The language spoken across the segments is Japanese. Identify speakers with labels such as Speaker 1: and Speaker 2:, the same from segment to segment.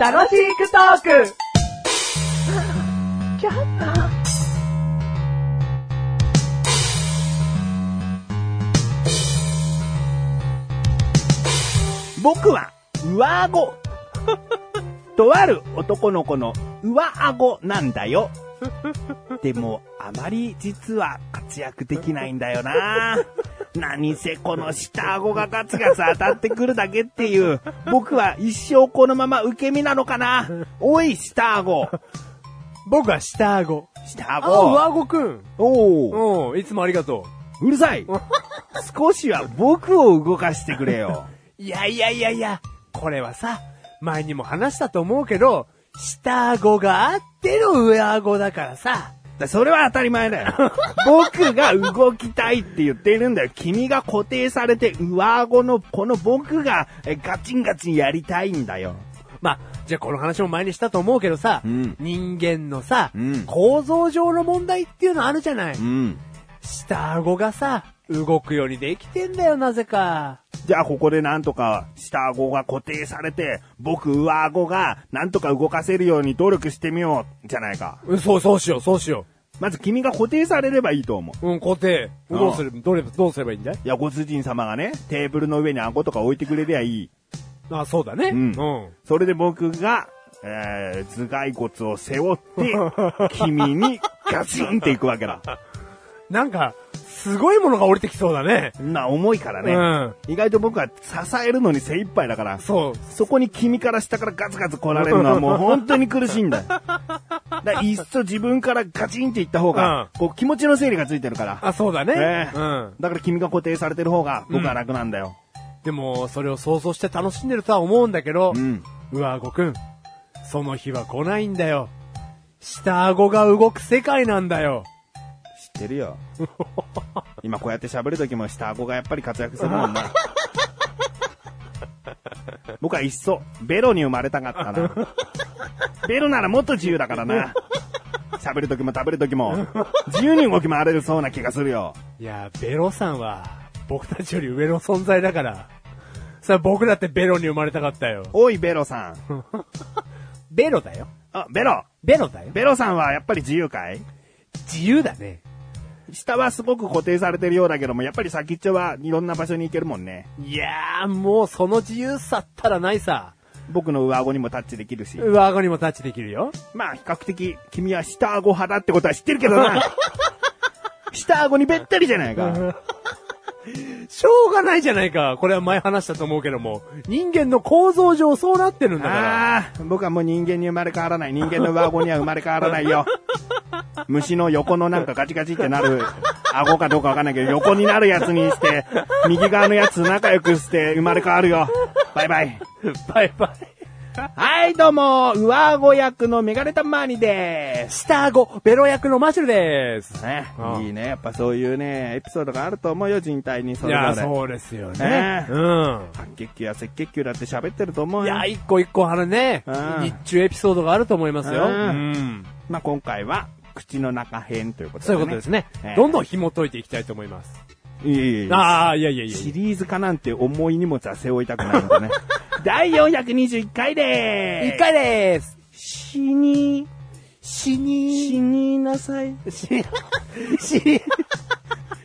Speaker 1: 楽しくトーク
Speaker 2: 僕は上顎。 とある男の子の上顎なんだよ。でも、あまり実は活躍できないんだよな。何せこの下顎がガツガツ当たってくるだけっていう、僕は一生このまま受け身なのかな。おい、下顎。
Speaker 3: 僕は下顎。
Speaker 2: 下
Speaker 3: あ、上
Speaker 2: 顎。
Speaker 3: 顎くん。
Speaker 2: おお、
Speaker 3: うん、いつもありがと
Speaker 2: うるさい。少しは僕を動かしてくれよ。
Speaker 3: う。いやいやいやいや、これはさ、前にも話したと思うけど、下顎があっての上顎だからさ。
Speaker 2: だそれは当たり前だ よ。僕が動きたいって言ってるんだよ。君が固定されて上顎のこの僕がえガチンガチンやりたいんだよ。
Speaker 3: まあ、じゃあこの話も前にしたと思うけどさ、
Speaker 2: うん
Speaker 3: 人間のさ、
Speaker 2: うん
Speaker 3: 構造上の問題っていうのあるじゃない。
Speaker 2: うん。
Speaker 3: 下顎がさ、動くようにできてんだよ、なぜか。
Speaker 2: じゃあここでなんとか下顎が固定されて、僕上顎がなんとか動かせるように努力してみようじゃないか。
Speaker 3: うん、そう、そうしよう、そうしよ
Speaker 2: まず君が固定されればいいと思う。
Speaker 3: う。うん、固定。
Speaker 2: うん
Speaker 3: どうするどれ、どうすればいいんだい
Speaker 2: いや、ご主人様がね、テーブルの上に顎とか置いてくれりゃいい。
Speaker 3: あ、そうだね。
Speaker 2: うんそれで僕が、えー、頭蓋骨を背負 って、君にガチンっていくわけだ。
Speaker 3: なんか、すごいものが降りてきそうだね。
Speaker 2: な、重いからね。
Speaker 3: う
Speaker 2: 意外と僕は支えるのに精一杯だから。
Speaker 3: そう。
Speaker 2: そこに君から下からガツガツ来られるのはもう本当に苦しいん だよ。だからいっそ自分からガチンっていった方が、こう気持ちの整理がついてるから。
Speaker 3: あ、そうだね。
Speaker 2: ねえ
Speaker 3: うん。
Speaker 2: だから君が固定されてる方が僕は楽なんだよ。
Speaker 3: でも、それを想像して楽しんでるとは思うんだけど、
Speaker 2: うん。
Speaker 3: 上顎くん、その日は来ないんだよ。下顎が動く世界なんだ よ。
Speaker 2: 知ってるよ。今こうやって喋るときも下顎がやっぱり活躍するもんな。僕はいっそ、ベロに生まれたかったな。ベロならもっと自由だからな。喋るときも食べるときも、自由に動き回れるそうな気がするよ。
Speaker 3: いや、ベロさんは、僕たちより上の存在だから。さあ、僕だってベロに生まれたかったよ。
Speaker 2: おい、ベロさん。
Speaker 3: ベロだよ。
Speaker 2: あ、ベロ。
Speaker 3: ベロだよ。
Speaker 2: ベロさんはやっぱり自由かい
Speaker 3: 自由だね。
Speaker 2: 下はすごく固定されてるようだけども、やっぱり先っちょはいろんな場所に行けるもんね。
Speaker 3: いやー、もうその自由さったらないさ。
Speaker 2: 僕の上顎にもタッチできるし。
Speaker 3: 上顎にもタッチできるよ。
Speaker 2: まあ、比較的、君は下顎派だってことは知ってるけど な。下顎にべったりじゃないか。
Speaker 3: しょうがないじゃないか。これは前話したと思うけども。人間の構造上そうなってるんだから。
Speaker 2: ああ、僕はもう人間に生まれ変わらない。人間の上顎には生まれ変わらないよ。虫の横のなんかガチガチってなる、顎かどうかわかんないけど、横になるやつにして、右側のやつ仲良くして生まれ変わるよ。バイバイ。
Speaker 3: バイバイ。
Speaker 2: はい、どうも、上顎役のメガネタマーニで
Speaker 3: 下顎、ベロ役のマシュルです。
Speaker 2: す。ね
Speaker 3: う、ん
Speaker 2: いいね。やっぱそういうね、エピソードがあると思うよ、人体にそ
Speaker 3: い
Speaker 2: れぞ
Speaker 3: や、
Speaker 2: れ。
Speaker 3: そうですよ
Speaker 2: ね
Speaker 3: ね。うん。
Speaker 2: 白血球や赤血球だって喋ってると思う
Speaker 3: い
Speaker 2: よ。
Speaker 3: や、一個一個あるね。
Speaker 2: うん
Speaker 3: 日中エピソードがあると思いますよ。
Speaker 2: う
Speaker 3: うんん。
Speaker 2: まあ、今回は、口の中編ということで、
Speaker 3: そういうことですね
Speaker 2: ええ。
Speaker 3: どんどん紐解いていきたいと思います。
Speaker 2: いえいえいえ
Speaker 3: ああ、いやいやいや
Speaker 2: シリーズ化なんて重い荷物は背負いたくないん だね。第421回でーす
Speaker 3: 一回でーす。
Speaker 2: 死に、
Speaker 3: 死
Speaker 2: 死
Speaker 3: に
Speaker 2: になさい。
Speaker 3: 死に、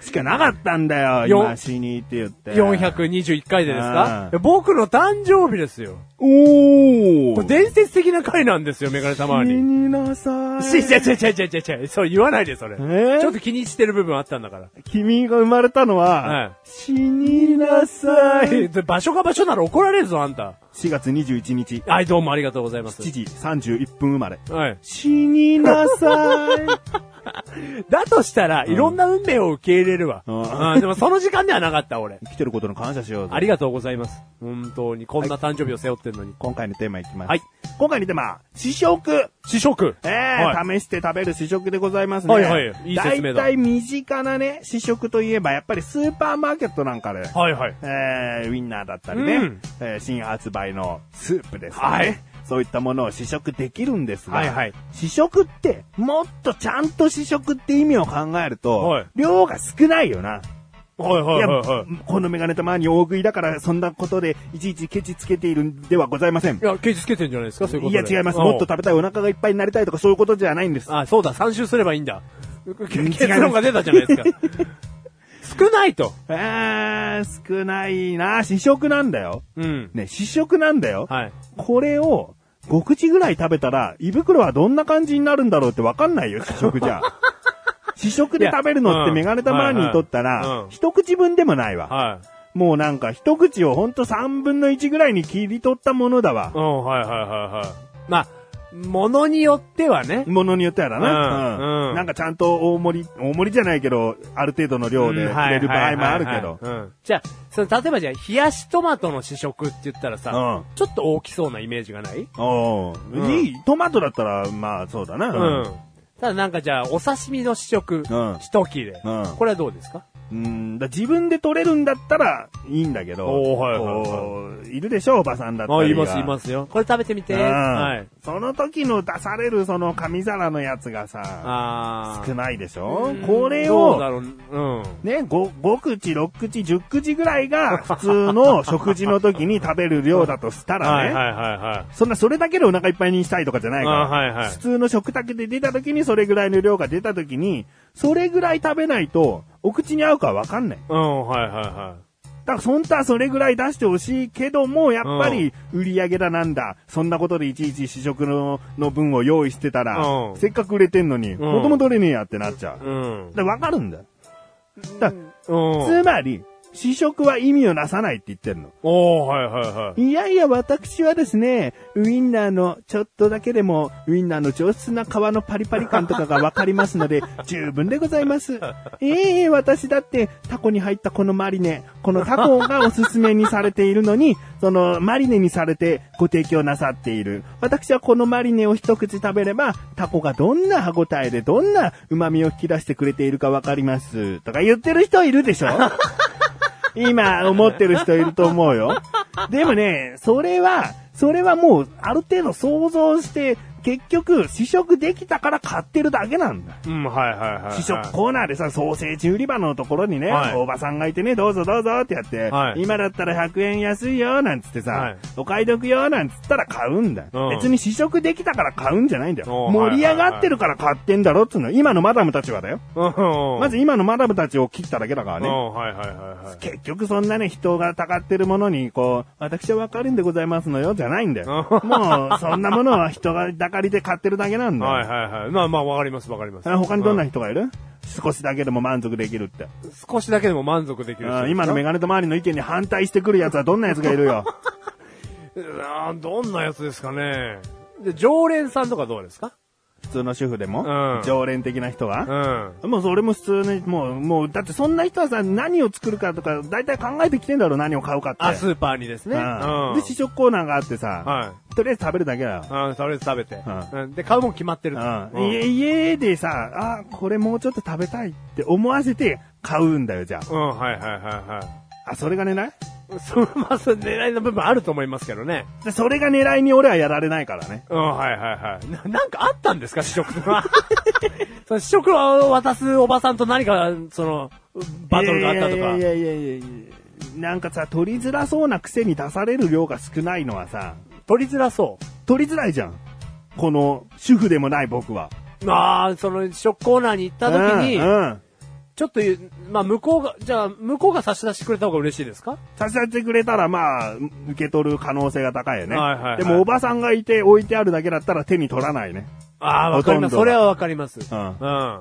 Speaker 2: しかなかったんだよ、
Speaker 3: よん
Speaker 2: 今、死にって言って。
Speaker 3: 421回でです
Speaker 2: うん
Speaker 3: かいや僕の誕生日ですよ。
Speaker 2: お
Speaker 3: こ
Speaker 2: ー
Speaker 3: れ伝説的な回なんですよ、メガネたまわ
Speaker 2: 死
Speaker 3: り。
Speaker 2: になさい。
Speaker 3: ちちゃちゃちゃちゃちゃちゃ、 そう言わないで、それ。
Speaker 2: え
Speaker 3: ちょっと気にしてる部分あったんだから。
Speaker 2: 君が生まれたのは、
Speaker 3: はい
Speaker 2: 死になさい。
Speaker 3: え場所が場所なら怒られるぞ、あんた。
Speaker 2: 4月21日、
Speaker 3: はい、どうもありがとうございます。
Speaker 2: 7時31分生 まれ。
Speaker 3: はい。
Speaker 2: 死になさい。
Speaker 3: だとしたら、いろんな運命を受け入れるわ。
Speaker 2: うん
Speaker 3: うんでもその時間ではなかった、俺。
Speaker 2: 生きてることの感謝しようぜ
Speaker 3: ありがとうございます。本当に、こんな誕生日を背負ってるのに。
Speaker 2: 今回のテーマいきます。
Speaker 3: はい。
Speaker 2: 今回のテーマ、試食。
Speaker 3: 試食。
Speaker 2: ええ
Speaker 3: はい
Speaker 2: 試して食べる試食でございますね。
Speaker 3: はいはいいい説明だ
Speaker 2: 大体身近なね、試食といえば、やっぱりスーパーマーケットなんかで、
Speaker 3: はいはい。
Speaker 2: えー、ウィンナーだったりね、
Speaker 3: うん
Speaker 2: えー新発売のスープですね、
Speaker 3: はい
Speaker 2: そういったものを試食できるんですが、
Speaker 3: はいはい
Speaker 2: 試食って、もっとちゃんと試食って意味を考えると、
Speaker 3: はい
Speaker 2: 量が少ないよな。
Speaker 3: はいはいい
Speaker 2: や、
Speaker 3: はいはい。
Speaker 2: このメガネたまに大食いだから、そんなことで、いちいちケチつけているんではございません
Speaker 3: い。や、ケージつけてんじゃないですかそういうこ
Speaker 2: い
Speaker 3: と
Speaker 2: や、
Speaker 3: で。
Speaker 2: 違います。
Speaker 3: うん
Speaker 2: もっと食べたい、お腹がいっぱいになりたいとか、そういうことじゃないんです。
Speaker 3: あ、そうだ、3周すればいいんだ。
Speaker 2: 違います
Speaker 3: 結論が出たじゃないですか。 少ないと。
Speaker 2: えー、少ないな試食なんだよ。
Speaker 3: うん。
Speaker 2: ね、試食なんだよ。
Speaker 3: はい。
Speaker 2: これを、5口ぐらい食べたら、胃袋はどんな感じになるんだろうってわかんないよ、試食 じゃ。試食で食べるのっ
Speaker 3: いやう
Speaker 2: て
Speaker 3: ん
Speaker 2: メガネたまーにとった
Speaker 3: はいはい
Speaker 2: ら
Speaker 3: う、ん
Speaker 2: 一口分でもないわ。
Speaker 3: は
Speaker 2: もうなんか一口をほんと3分の1ぐらいに切り取ったものだわ
Speaker 3: い。う。ん、はいはいはいはい。まあ、ものによってはね。
Speaker 2: ものによってはだな。
Speaker 3: うんうん
Speaker 2: なんかちゃんと大盛り、大盛りじゃないけど、ある程度の量で
Speaker 3: うん
Speaker 2: くれる場合もある
Speaker 3: は
Speaker 2: け
Speaker 3: いはい
Speaker 2: ど。
Speaker 3: はいはいうんじゃあ、その、例えばじゃあ、冷やしトマトの試食って言ったらさ、
Speaker 2: うん
Speaker 3: ちょっと大きそうなイメージがない
Speaker 2: おう
Speaker 3: うん
Speaker 2: いい、トマトだったら、まあそうだな。
Speaker 3: うん。ただなんかじゃあ、お刺身の試食、
Speaker 2: ん
Speaker 3: 一切れ、
Speaker 2: うん
Speaker 3: これはどうですか
Speaker 2: うんだ自分で取れるんだったらいいんだけど、
Speaker 3: おーはいはいはい
Speaker 2: こういるでしょ、おばさんだったりは。。
Speaker 3: あ、いますいますすよ。これ食べてみて。はい。
Speaker 2: その時の出されるその紙皿のやつがさ、
Speaker 3: あー
Speaker 2: 少ないでしょ
Speaker 3: うん
Speaker 2: これ
Speaker 3: どう
Speaker 2: を
Speaker 3: だ、ろう、うん。
Speaker 2: ね、5, 5口、6口、10口ぐらいが普通 の食事の時に食べる量だとしたらね、
Speaker 3: はいはいはいはい。
Speaker 2: そんなそれだけでお腹いっぱいにしたいとかじゃないから、
Speaker 3: あはいはい
Speaker 2: 普通の食卓で出た時にそれぐらいの量が出た時に、それぐらい食べないとお口に合うかわかんない。
Speaker 3: うん、はいはいは
Speaker 2: だから本当はそれぐらい出してほしいけども、やっぱり売り上げだなんだ、そんなことでいちいち試食のの分を用意してたら、
Speaker 3: うん
Speaker 2: せっかく売れてんのに、もともと売れねえやってなっちゃう。
Speaker 3: い。うん。
Speaker 2: だからわかるんだよ。だから
Speaker 3: うん。
Speaker 2: つまり、試食は意味をなさないって言ってるの。
Speaker 3: おー、はいはいはい。
Speaker 2: いやいや、私はですね、ウインナーのちょっとだけでも、ウインナーの上質な皮のパリパリ感とかがわかりますので、十分でございます。ええ私だって、タコに入ったこのマリネ、このタコがおすすめにされているのに、そのマリネにされてご提供なさっている。私はこのマリネを一口食べれば、タコがどんな歯ごたえで、どんな旨味を引き出してくれているかわかります。とか言ってる人いるでしょ今思ってる人いると思うよ。でもね、それは、それはもうある程度想像して、結局試食できたから買ってるだけなんだ。
Speaker 3: うん、はいはいはい。
Speaker 2: 試食コーナーでさ、ソーセージ売り場のところにね、
Speaker 3: はい
Speaker 2: おばさんがいてね、どうぞどうぞってやって、
Speaker 3: はい
Speaker 2: 今だったら100円安いよ、なんつってさ、
Speaker 3: はい
Speaker 2: お買い得よ、なんつったら買うんだよ、
Speaker 3: うん
Speaker 2: 別に試食できたから買うんじゃないんだよ。
Speaker 3: おー
Speaker 2: 盛り上がってるから買ってんだろっつうの。今のマダムたちはだよ。
Speaker 3: うん。
Speaker 2: まず今のマダムたちを切っただけだから
Speaker 3: う
Speaker 2: ね。
Speaker 3: ん、はいはいはいはい。
Speaker 2: 結局そんなね、人がたかってるものに、こう、私はわかるんでございますのよ、じゃないんだよ。もう、そんなものは人がだかりで買ってるだけなんだよ。
Speaker 3: はいはいはい。まあまあ、わかりますわかります。
Speaker 2: あ他にどんな人がいる、少しだけでも満足できるって。
Speaker 3: 少しだけでも満足できる
Speaker 2: う
Speaker 3: 人。
Speaker 2: ん今のメガネと周りの意見に反対してくる奴はどんな奴がいる よ。
Speaker 3: うわーどんなやつですかね。で常連さんとかどうですか
Speaker 2: 普通の主婦でも、
Speaker 3: うん
Speaker 2: 常連的な人
Speaker 3: う
Speaker 2: は、
Speaker 3: ん。
Speaker 2: もうそれも普通に、もう、もう、だってそんな人はさ、何を作るかとか、大体考えてきてんだろう、何を買うかって。
Speaker 3: あ、スーパーにですね。
Speaker 2: うん
Speaker 3: うん
Speaker 2: で、試食コーナーがあってさ、
Speaker 3: は
Speaker 2: とりあえず食べるだけだよ。
Speaker 3: い。うん、とりあえず食べて
Speaker 2: う。
Speaker 3: うん。で、買うもん決まってると。
Speaker 2: う
Speaker 3: うんん
Speaker 2: い家でさ、あ、これもうちょっと食べたいって思わせて買うんだよ、じゃ
Speaker 3: うん、はいはいはいは
Speaker 2: あ。あ、それが狙い
Speaker 3: い。そのまあ、その狙いの部分あると思いますけどね。
Speaker 2: でそれが狙いに俺はやられないからね。
Speaker 3: うん、はいはいはい。な、なんかあったんですか、試食 は。その試食を渡すおばさんと何か、その、バトルがあったとか。
Speaker 2: いやいやいやいやいやなんかさ、取りづらそうなくせに出される量が少ないのはさ、
Speaker 3: 取りづらそ
Speaker 2: 取りづらいじゃん。この、主婦でもない僕は。
Speaker 3: う。まあ、その、試食コーナーに行った時に、
Speaker 2: うんうん
Speaker 3: ちょっと言う、まあ、向こうが、じゃあ、向こうが差し出してくれた方が嬉しいですか
Speaker 2: 差し出してくれたら、まあ、受け取る可能性が高いよね。
Speaker 3: はいはいはい
Speaker 2: でも、おばさんがいて置いてあるだけだったら手に取らないね。
Speaker 3: ああ、わかり
Speaker 2: ほと
Speaker 3: ます。そ
Speaker 2: んど
Speaker 3: れ
Speaker 2: が
Speaker 3: はわかります。
Speaker 2: うん
Speaker 3: うん。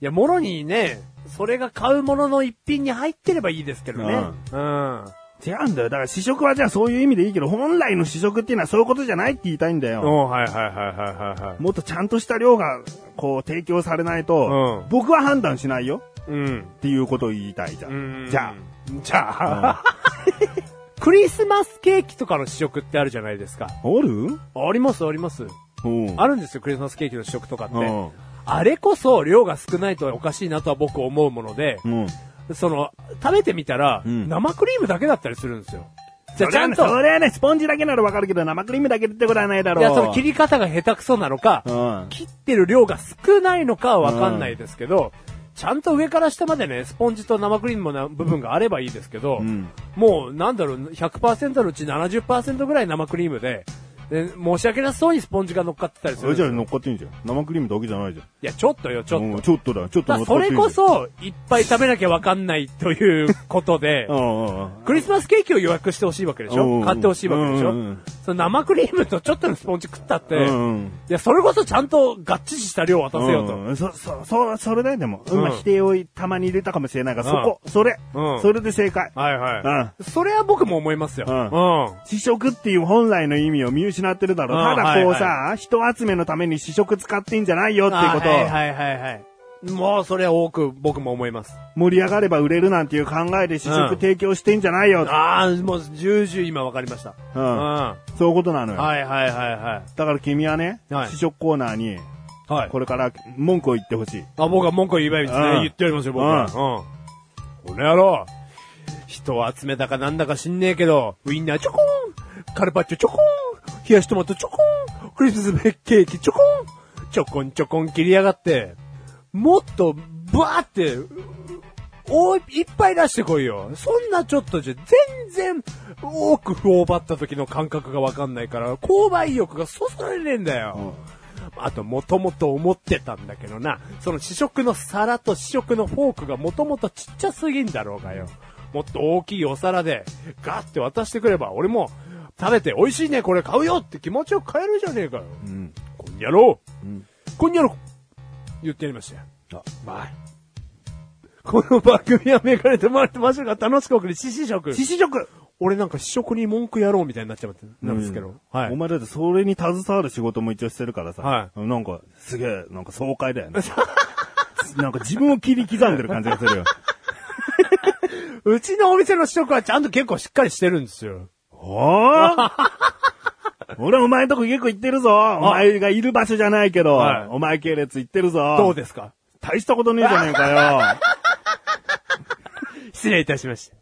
Speaker 3: いや、もろにね、それが買うものの一品に入ってればいいですけどね。うん。
Speaker 2: 違うんだよ。だから試食はじゃあそういう意味でいいけど、本来の試食っていうのはそういうことじゃないって言いたいんだよ。
Speaker 3: おはいはいはいはいはいは
Speaker 2: もっとちゃんとした量が、こう、提供されないと、
Speaker 3: うん
Speaker 2: 僕は判断しないよ
Speaker 3: い。うん。
Speaker 2: っていうことを言いたいじゃん。じゃ
Speaker 3: あ。じゃあ。クリスマスケーキとかの試食ってあるじゃないですか。
Speaker 2: あ。 おる
Speaker 3: ありますあります。
Speaker 2: うん。
Speaker 3: あるんですよ、クリスマスケーキの試食とかって。
Speaker 2: うん
Speaker 3: あれこそ量が少ないとおかしいなとは僕思うもので、
Speaker 2: うん。
Speaker 3: その、食べてみたら、
Speaker 2: うん
Speaker 3: 生クリームだけだったりするんですよ。じゃあちゃん
Speaker 2: それはね
Speaker 3: と、
Speaker 2: それはね、スポンジだけならわかるけど、生クリームだけってことはないだろ。
Speaker 3: いうや、その切り方が下手くそなのか、
Speaker 2: うん。
Speaker 3: 切ってる量が少ないのかはわかんないですけど、ちゃんと上から下までね、スポンジと生クリームの部分があればいいですけど、
Speaker 2: うん
Speaker 3: もうなんだろう、100%のうち70%ぐらい生クリームで、で申し訳なさそうにスポンジが乗っかってたりす
Speaker 2: え
Speaker 3: る。
Speaker 2: じゃあ乗っかっていいんじゃん。生クリームだけじゃないじゃん。
Speaker 3: いや、ちょっとよ、ちょっと。
Speaker 2: うんちょっとだ、ちょっと
Speaker 3: ま
Speaker 2: 乗
Speaker 3: あ
Speaker 2: っかって
Speaker 3: そ
Speaker 2: いい
Speaker 3: れ
Speaker 2: じゃん
Speaker 3: こ、そ、いっぱい食べなきゃわかんないということで、
Speaker 2: うんうんうん。
Speaker 3: クリスマスケーキを予約してほしいわけでし
Speaker 2: うんう
Speaker 3: ょ
Speaker 2: ん
Speaker 3: 買ってほしいわけでしょ、
Speaker 2: うんうんうん
Speaker 3: その生クリームとちょっとのスポンジ食ったって、
Speaker 2: うんうん
Speaker 3: いや、それこそちゃんとがっちりした量を渡せよと。
Speaker 2: うんそ、そ、そ、それだよ、でも。
Speaker 3: ん
Speaker 2: 今、否定をたまに入れたかもしれないが、そこ、それ
Speaker 3: う。ん
Speaker 2: それで正解。
Speaker 3: はいはい、それは僕も思いますよ。
Speaker 2: うん
Speaker 3: うん
Speaker 2: 試食っていう本来の意味を見失ってるだろ。
Speaker 3: う
Speaker 2: た
Speaker 3: ん
Speaker 2: だこう
Speaker 3: は
Speaker 2: さ、人集めのために試食使ってんじゃないよっていうこと
Speaker 3: あ。はいはいはいはい。もうそれは多く僕も思います。
Speaker 2: 盛り上がれば売れるなんていう考えで試食提供してんじゃないよ。
Speaker 3: ああ、もう重々今わかりました。
Speaker 2: う
Speaker 3: うん
Speaker 2: ん。そういうことなのよ。
Speaker 3: はいはいはいは
Speaker 2: だから君はね
Speaker 3: は、い
Speaker 2: 試食コーナーに、
Speaker 3: い。はい。
Speaker 2: これから文句を言ってほしい。
Speaker 3: あ、僕は文句を言えばいいですね
Speaker 2: う。ん
Speaker 3: 言っておりますよ、僕は。うん。この野郎。人を集めたかなんだか知んねえけど、ウインナーちょこん、カルパッチョちょこん、冷やしトマトちょこん、クリスマスケーキちょこん、ちょこんちょこん切りやがって、もっと、バーって、おい、いっぱい出してこいよ。そんなちょっとじゃ、全然、多く不を奪った時の感覚がわかんないから、購買意欲がそそられねえんだよ。あと、もともと思ってたんだけどな、その試食の皿と試食のフォークがもともとちっちゃすぎんだろうがよ。もっと大きいお皿で、ガッて渡してくれば、俺も、食べて美味しいね、これ買うよって気持ちを変えるじゃねえかよ。
Speaker 2: うん。
Speaker 3: こんにゃろう、こんにゃろ言ってやりましたよ。
Speaker 2: あ
Speaker 3: まい。この番組はメガネとマルトマッシュルが楽しく送る試食食。
Speaker 2: 試食
Speaker 3: 俺なんか試食に文句やろうみたいになっちゃってなんですけど。は
Speaker 2: お
Speaker 3: い。
Speaker 2: 前だってそれに携わる仕事も一応してるからさ。
Speaker 3: は
Speaker 2: なんか、すげえ、なんか爽快だよね。 なんか自分を切り刻んでる感じがするよ。
Speaker 3: うちのお店の試食はちゃんと結構しっかりしてるんですよ。
Speaker 2: おー 俺お前んとこ結構行ってるぞお前がいる場所じゃないけど、
Speaker 3: はい
Speaker 2: お前系列行ってるぞ
Speaker 3: どうですか
Speaker 2: 大したことねえじゃねえかよ
Speaker 3: 失礼いたしました。